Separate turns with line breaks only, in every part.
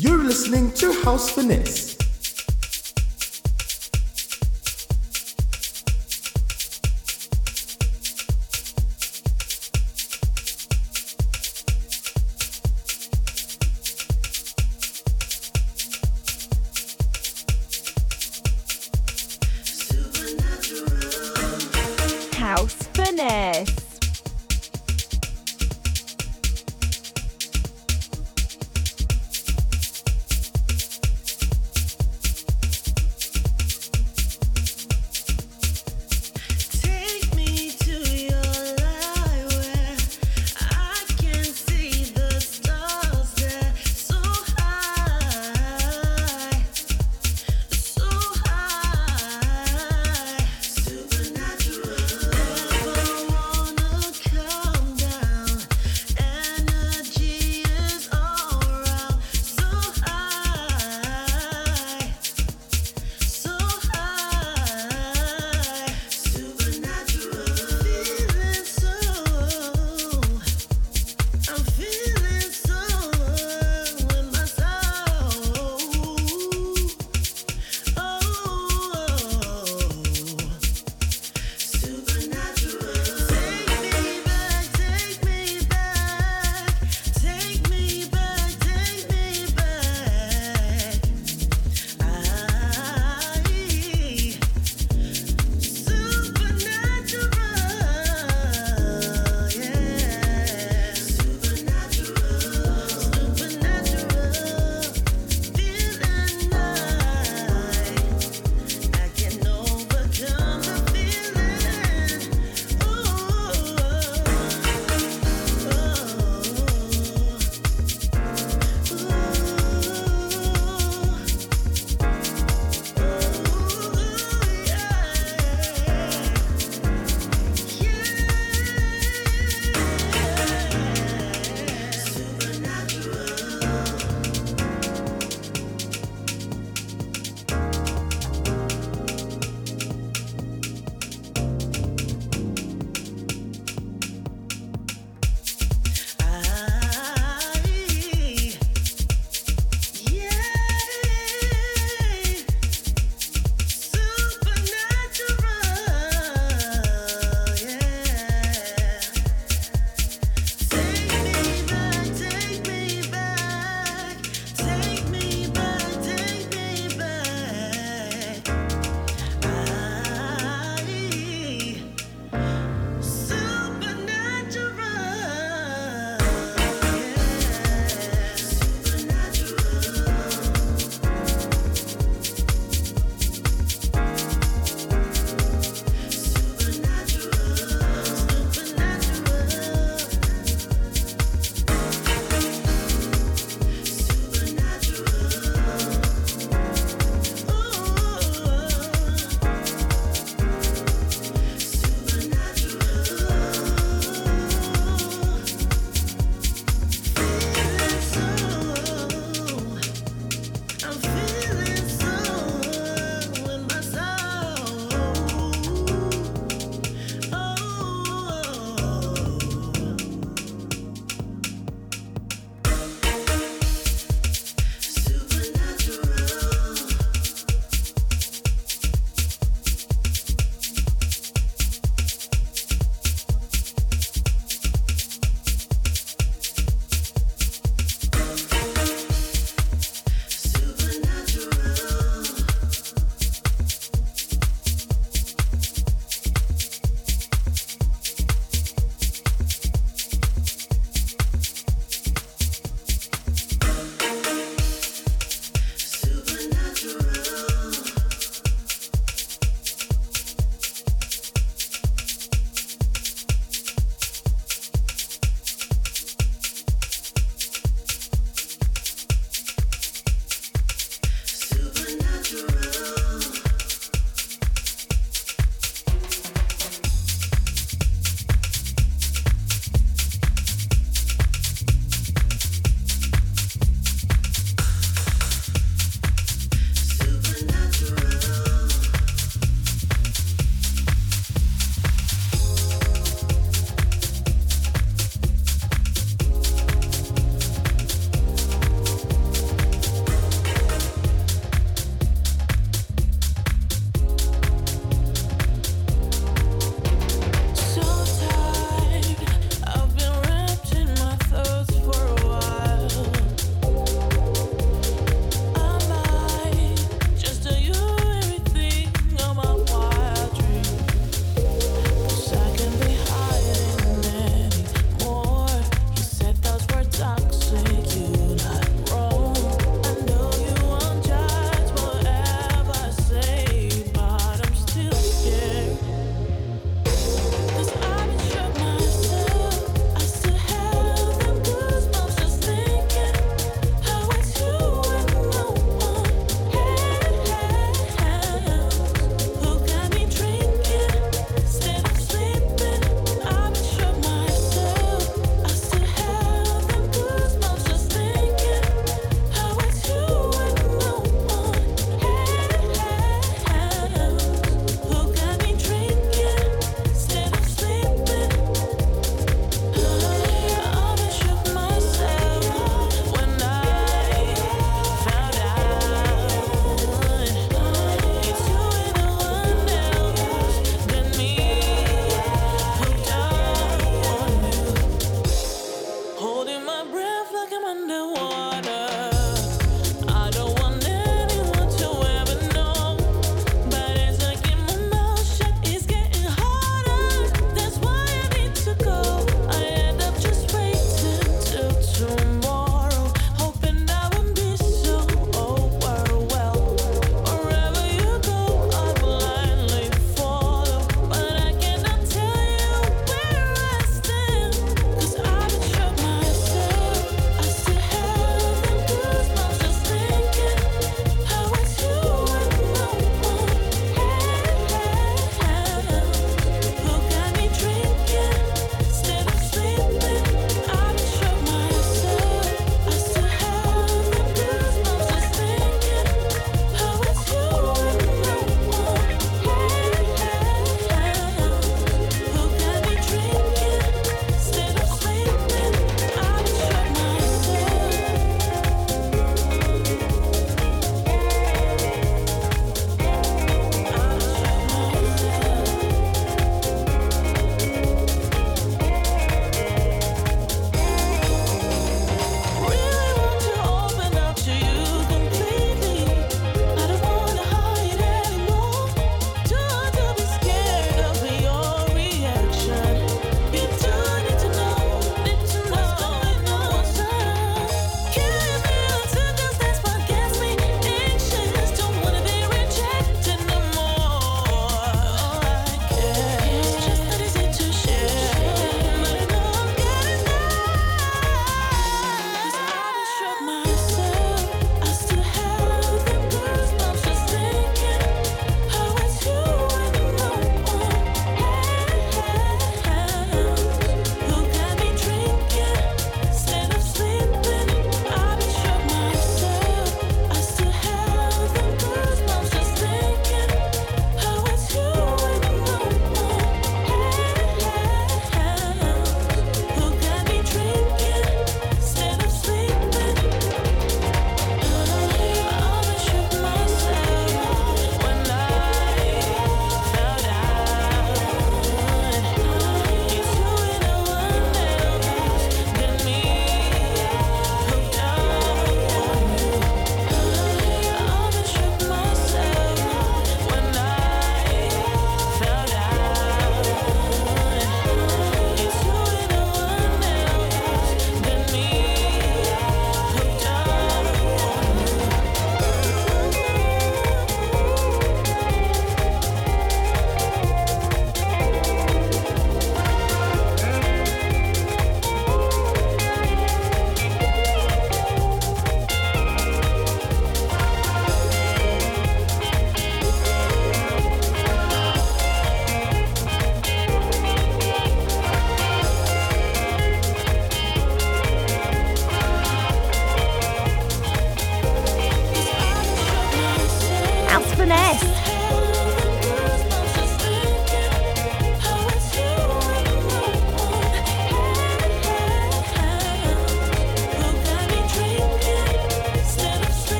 listening to House Finesse.
House Finesse.
Take me to your light where I can see the stars there so high, so high, supernatural. Never wanna Oh,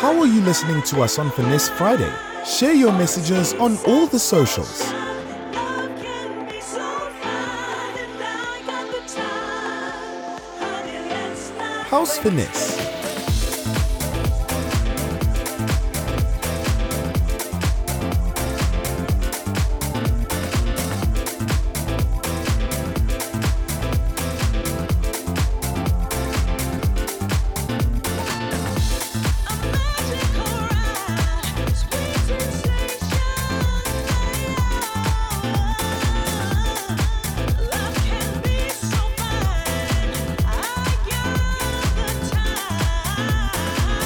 How are you listening to us on Finesse Friday? Share your messages on all the socials. House Finesse.
Love can be so fine. I got the time.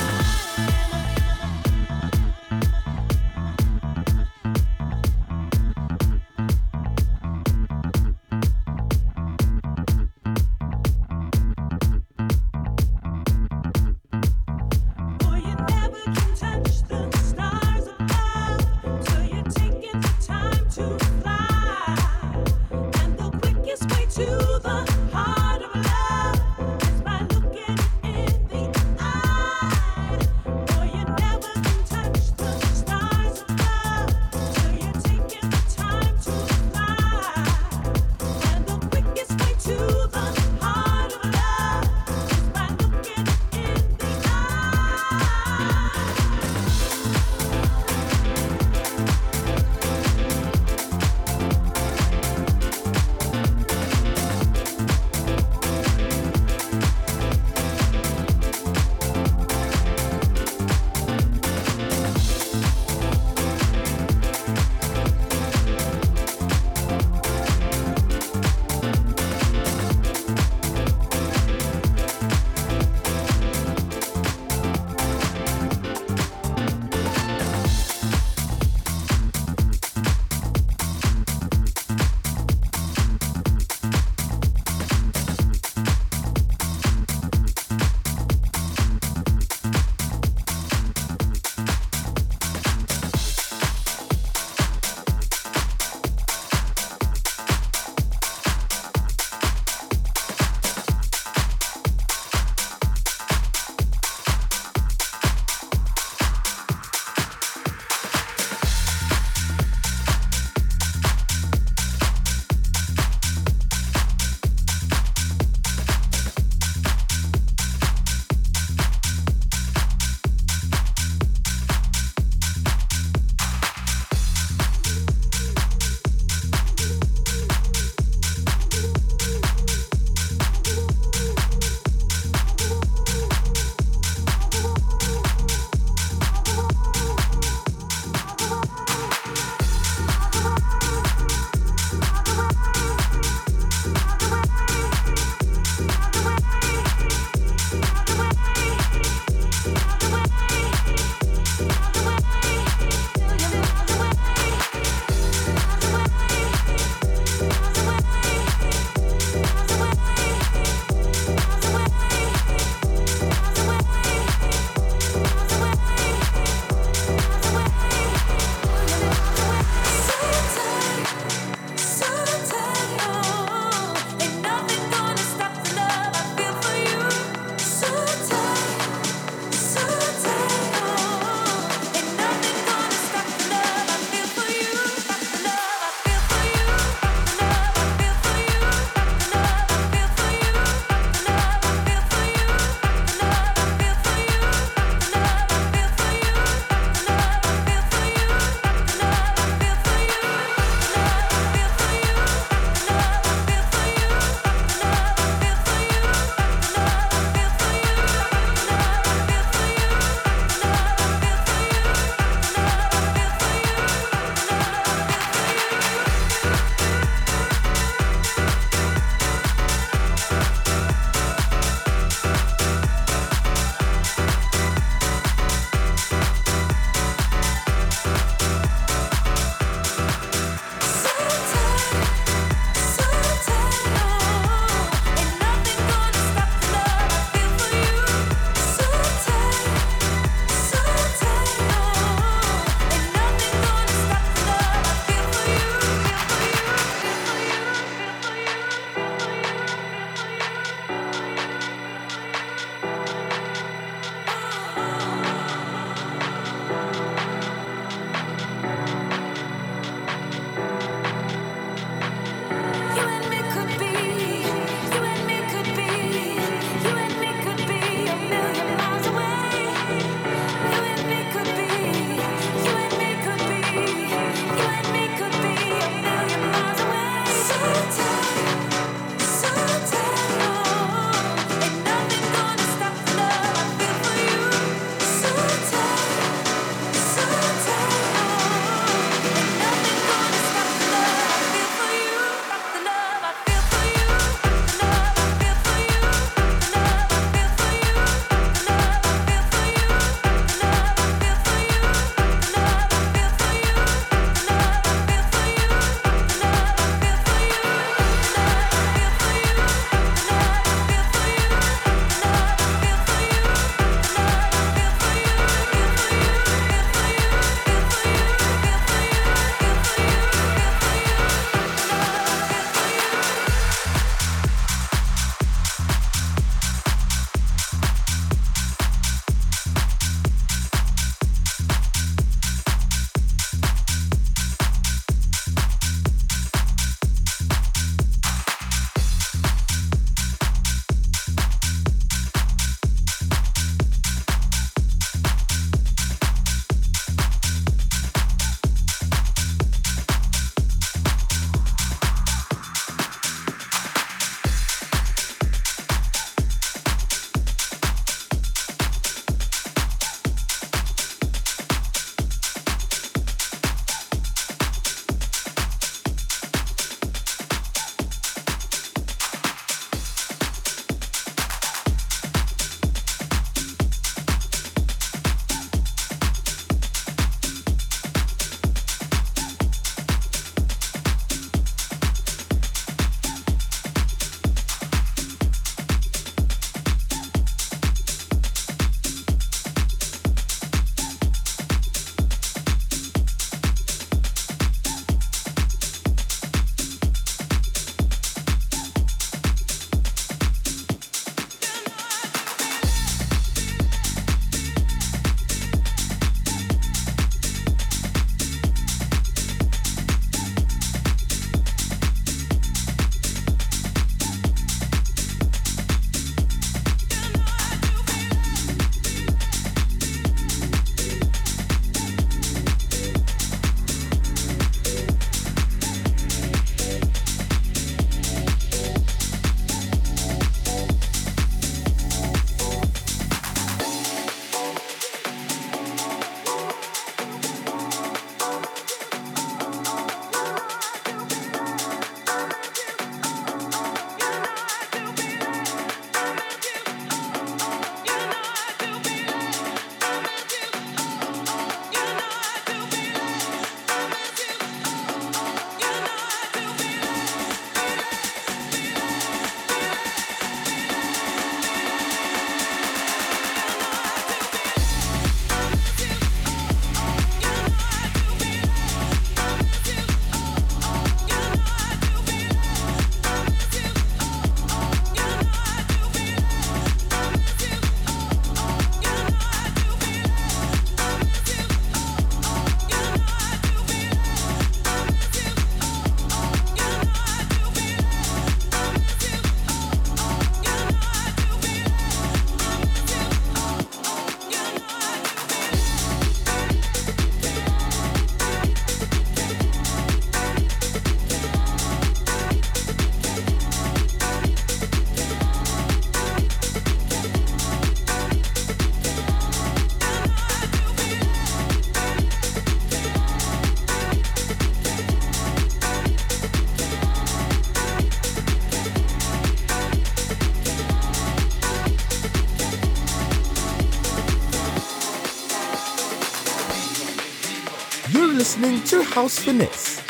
listening to House Finesse.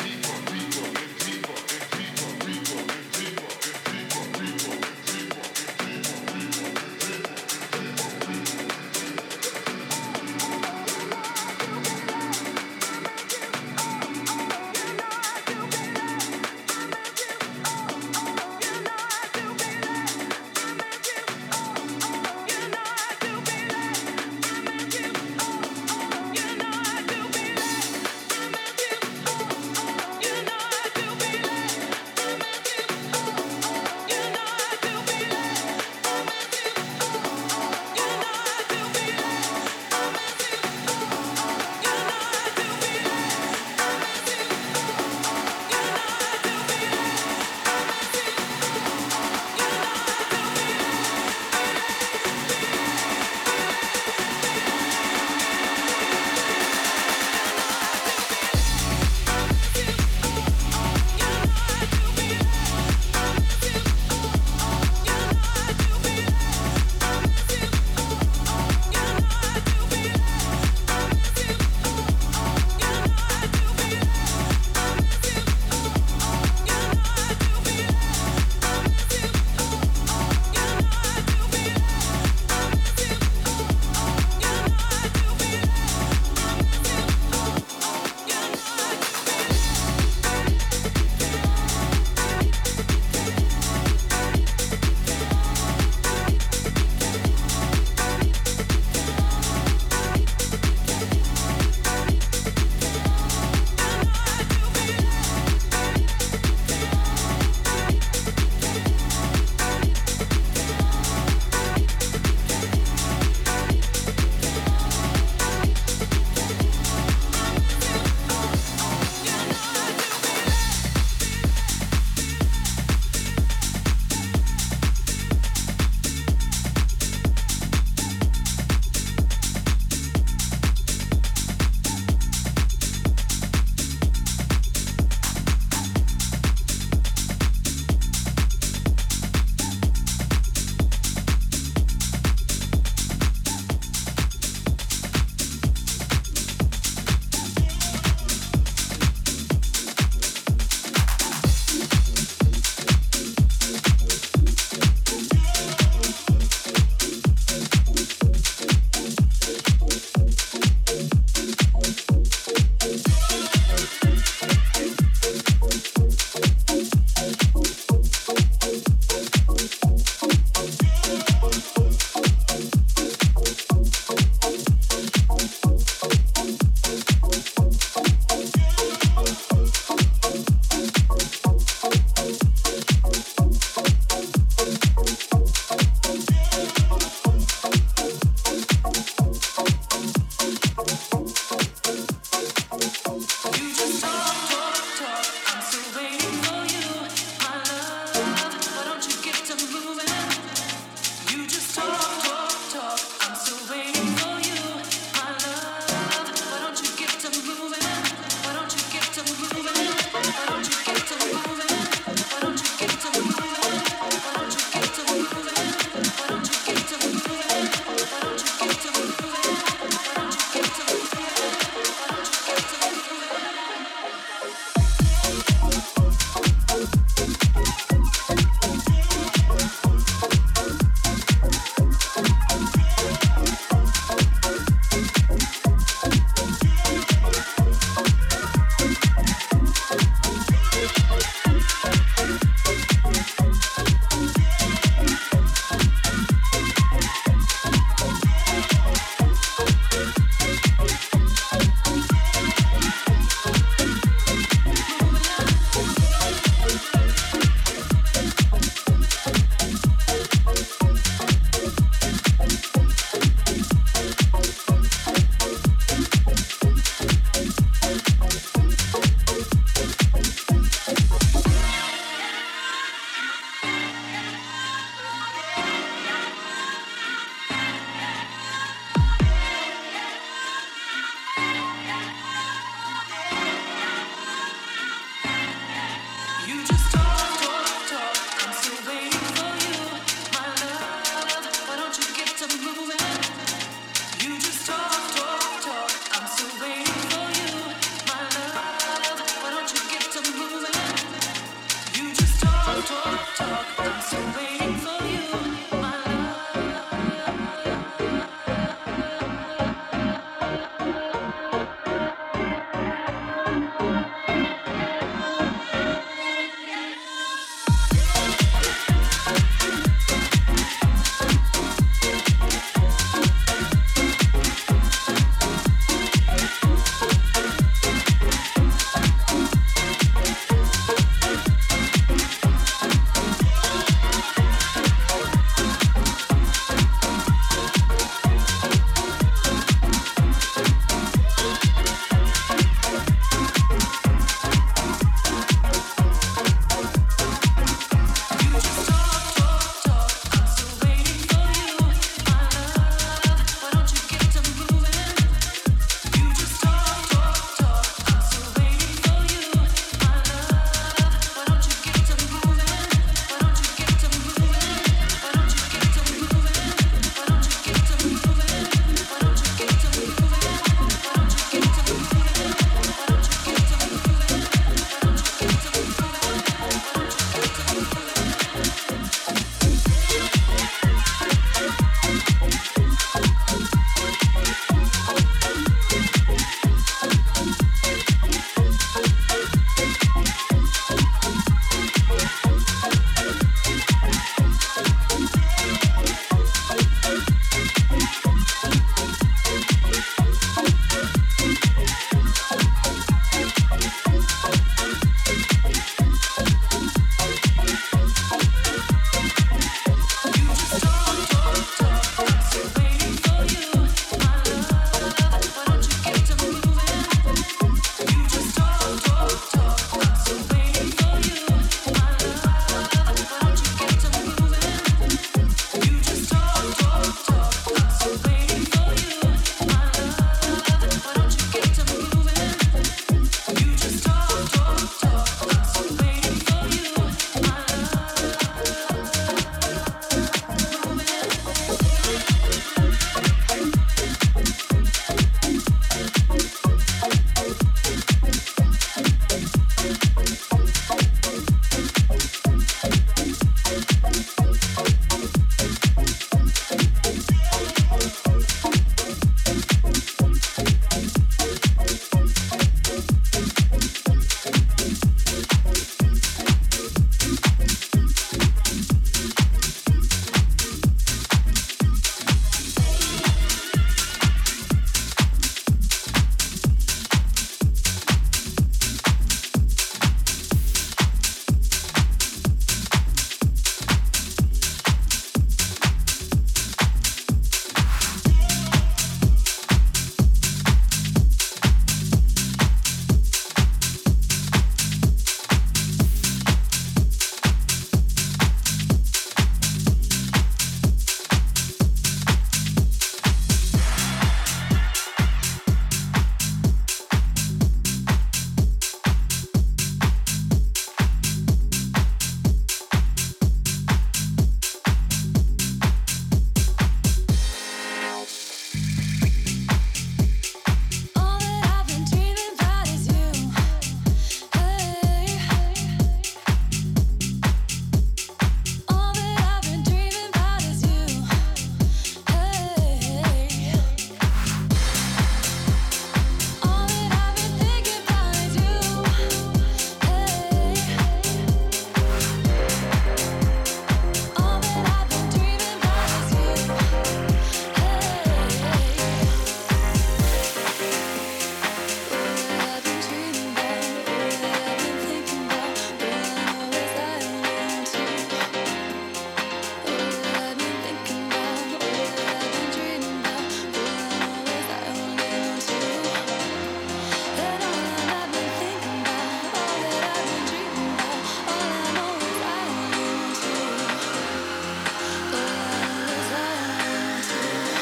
You know I do, baby. I make you, oh, oh.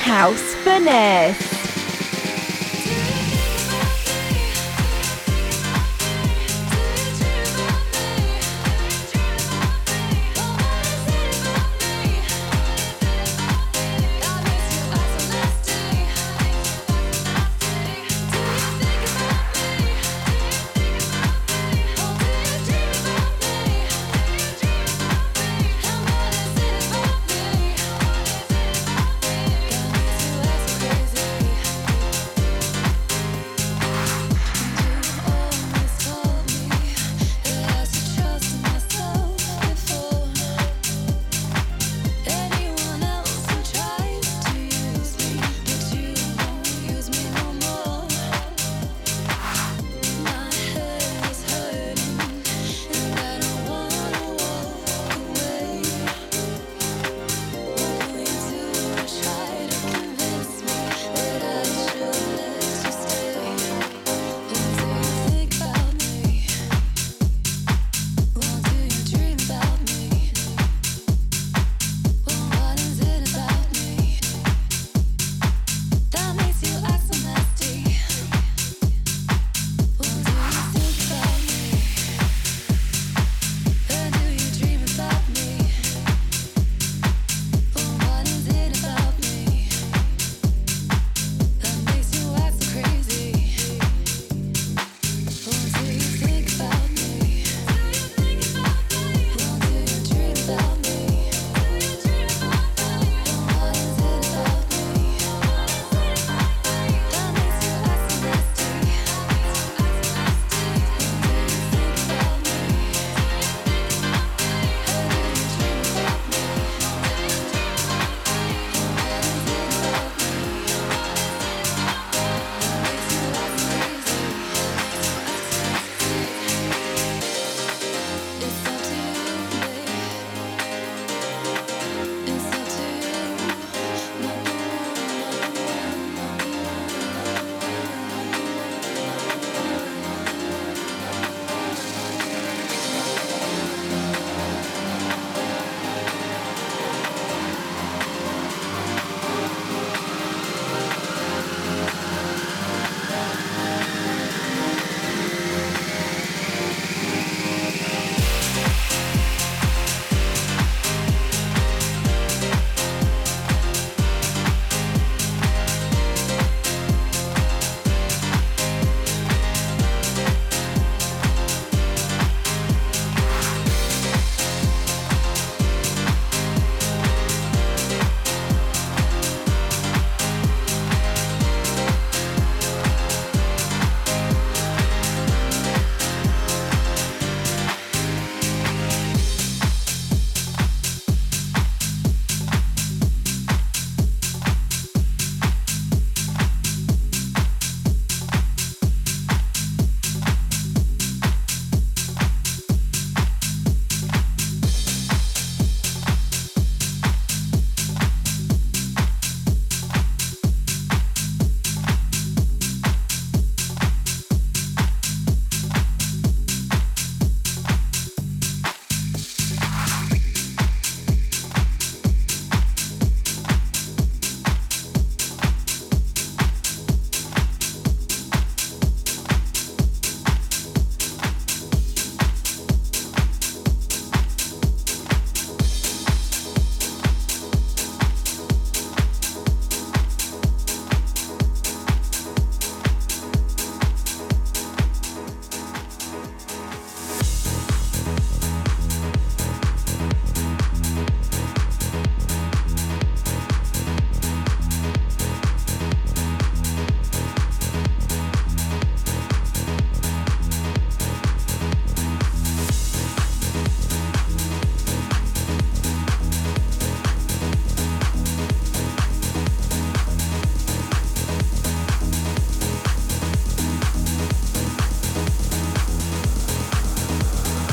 House Finesse.
Anyone else who tries to use me, but you won't use me no more. My head is hurting, and I don't wanna walk away. Only to try to convince me that I should let you stay. And do you think about me? Well, do you dream about me? Well, what is it about me that makes you act so nasty? Well, do you think about me? And do you dream about me? Well, what is it about me that makes you act so crazy? Well, do you think about me? Well, do you dream about me? What is it about me that makes you act so nasty? It's up to you, It's up to you. Number one, number one.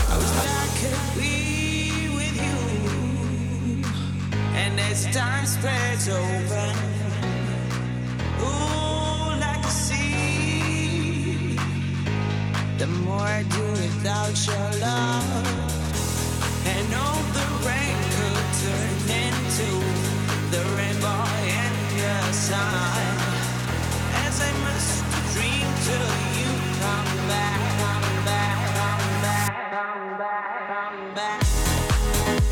I wish that I could be with you. And as time spreads over, ooh, like a sea. The more I do without your love, and all the rain could turn into the rainbow and the time as I must dream till you come back, come back, come back, come back, come back.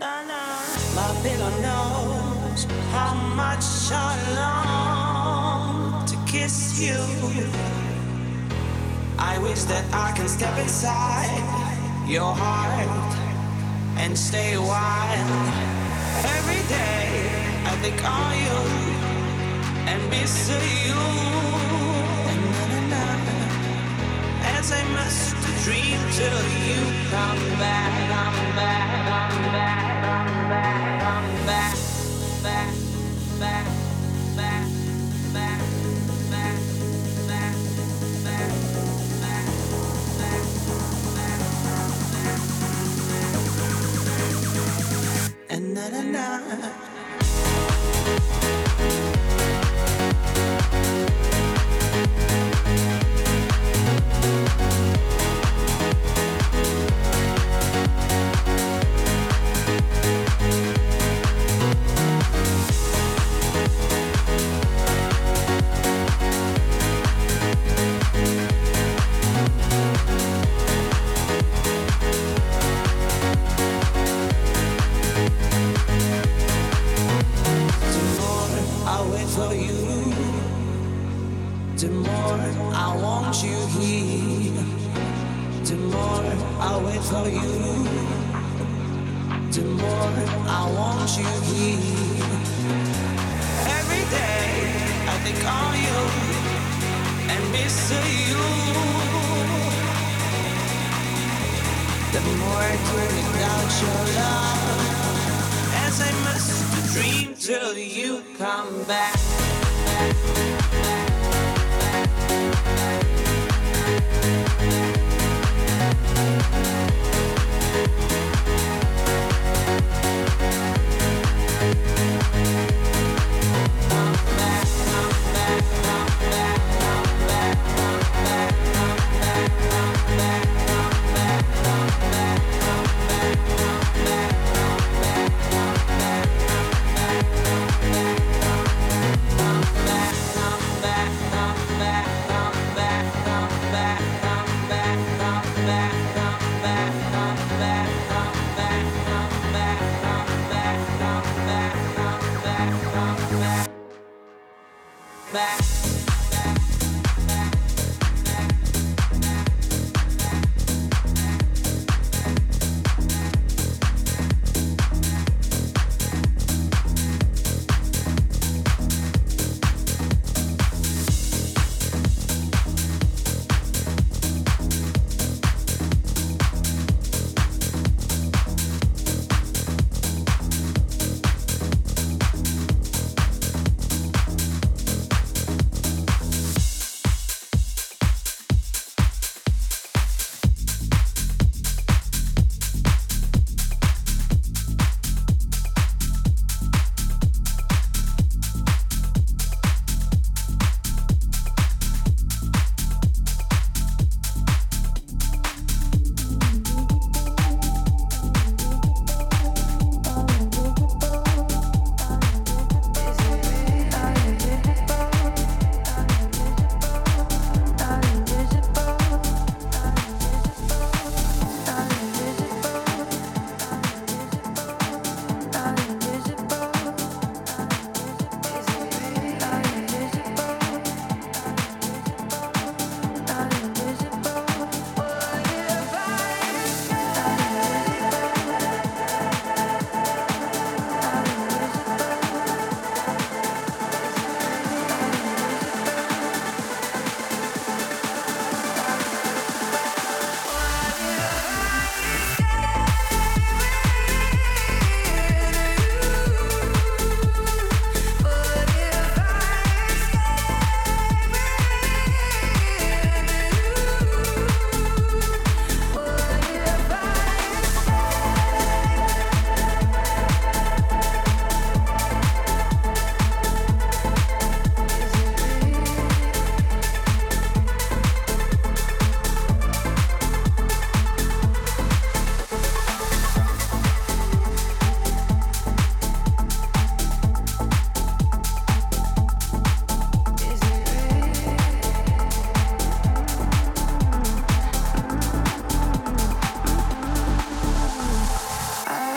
Na, na. My pillow knows how much I long to kiss you. I wish that I can step inside your heart and stay a while. Every day I think on you and miss you. And na, na, na. As I must dream till you come back, come back, come back, come back, come back, back, back, back, back, back, back, back, back. And na na na. The more I wait for you, the more I want you here. The more I wait for you, the more I want you here. Every day I think on you and miss you. The more I do without your love, as I must dream till you come back. Back.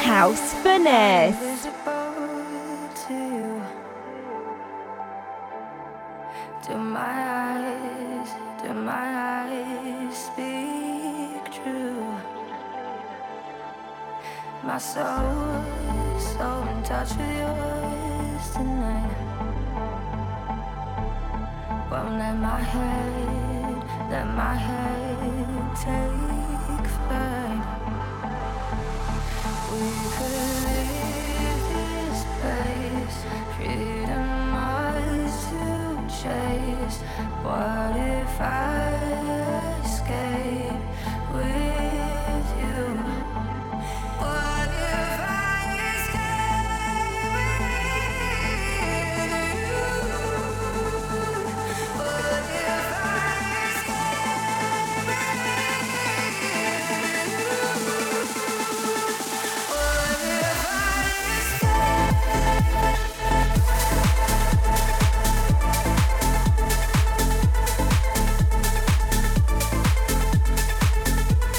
finesse.
Invisible to you. Do my eyes, do my eyes speak true? My soul, so in touch with yours tonight. Won't let my head, let my head take flight. We could leave this place, freedom ours to chase. What if I escape with you? What if I escape with you? What if I escape? What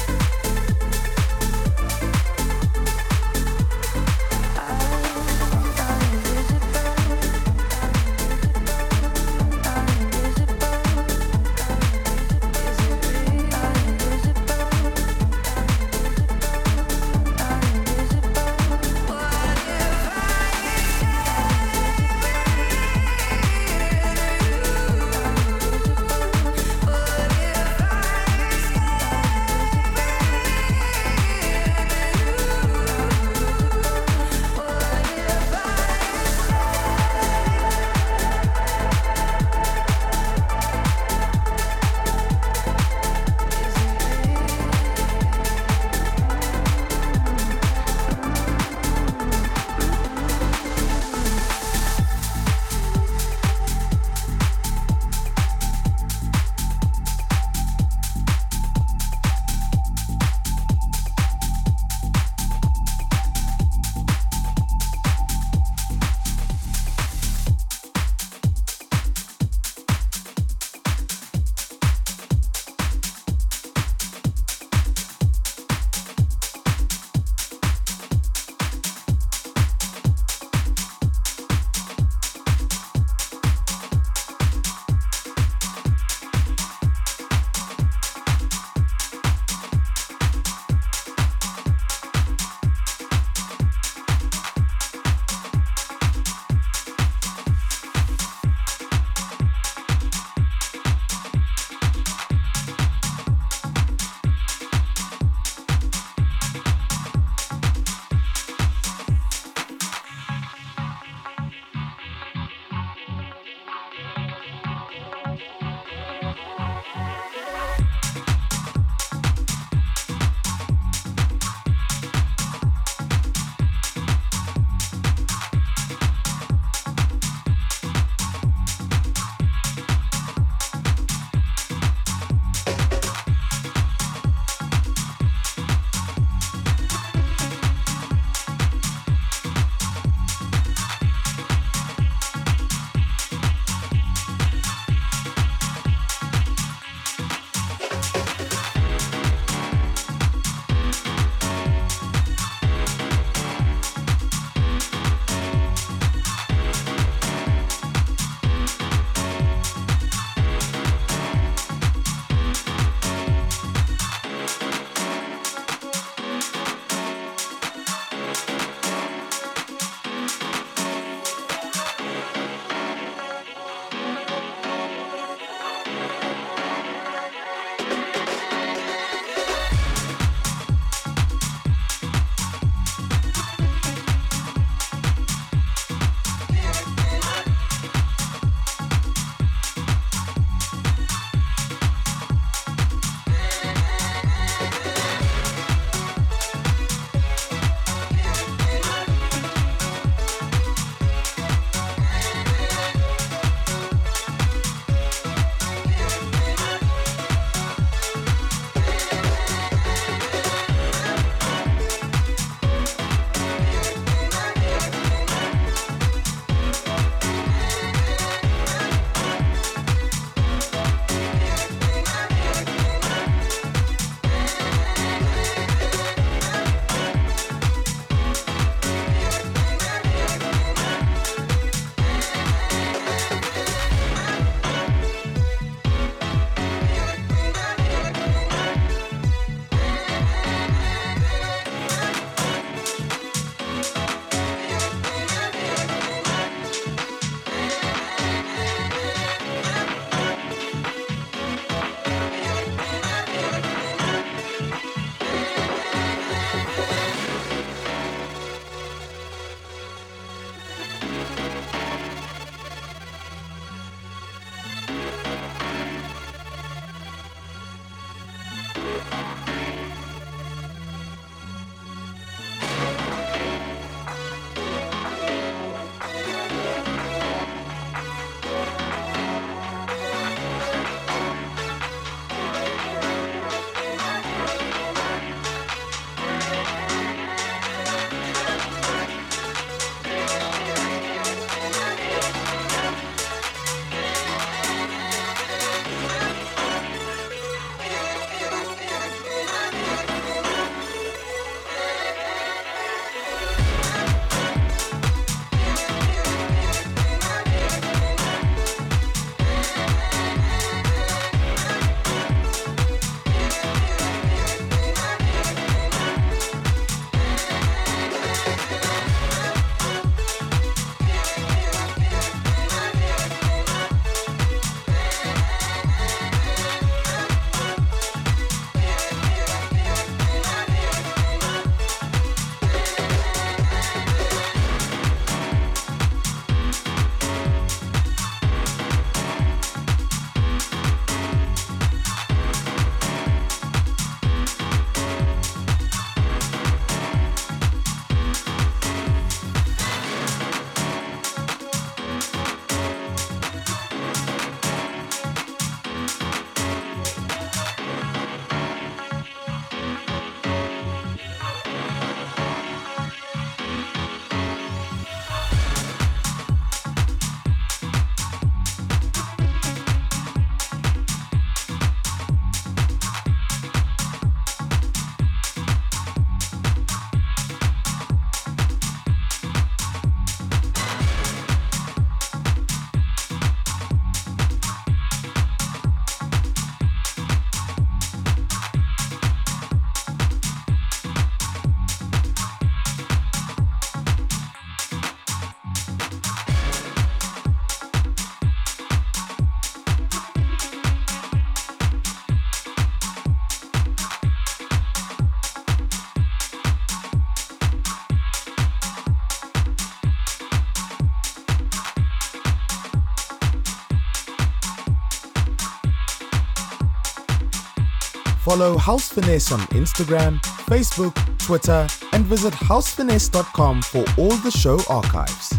if I
follow House Finesse on Instagram, Facebook, Twitter, and visit housefinesse.com for all the show archives.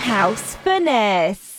House Finesse.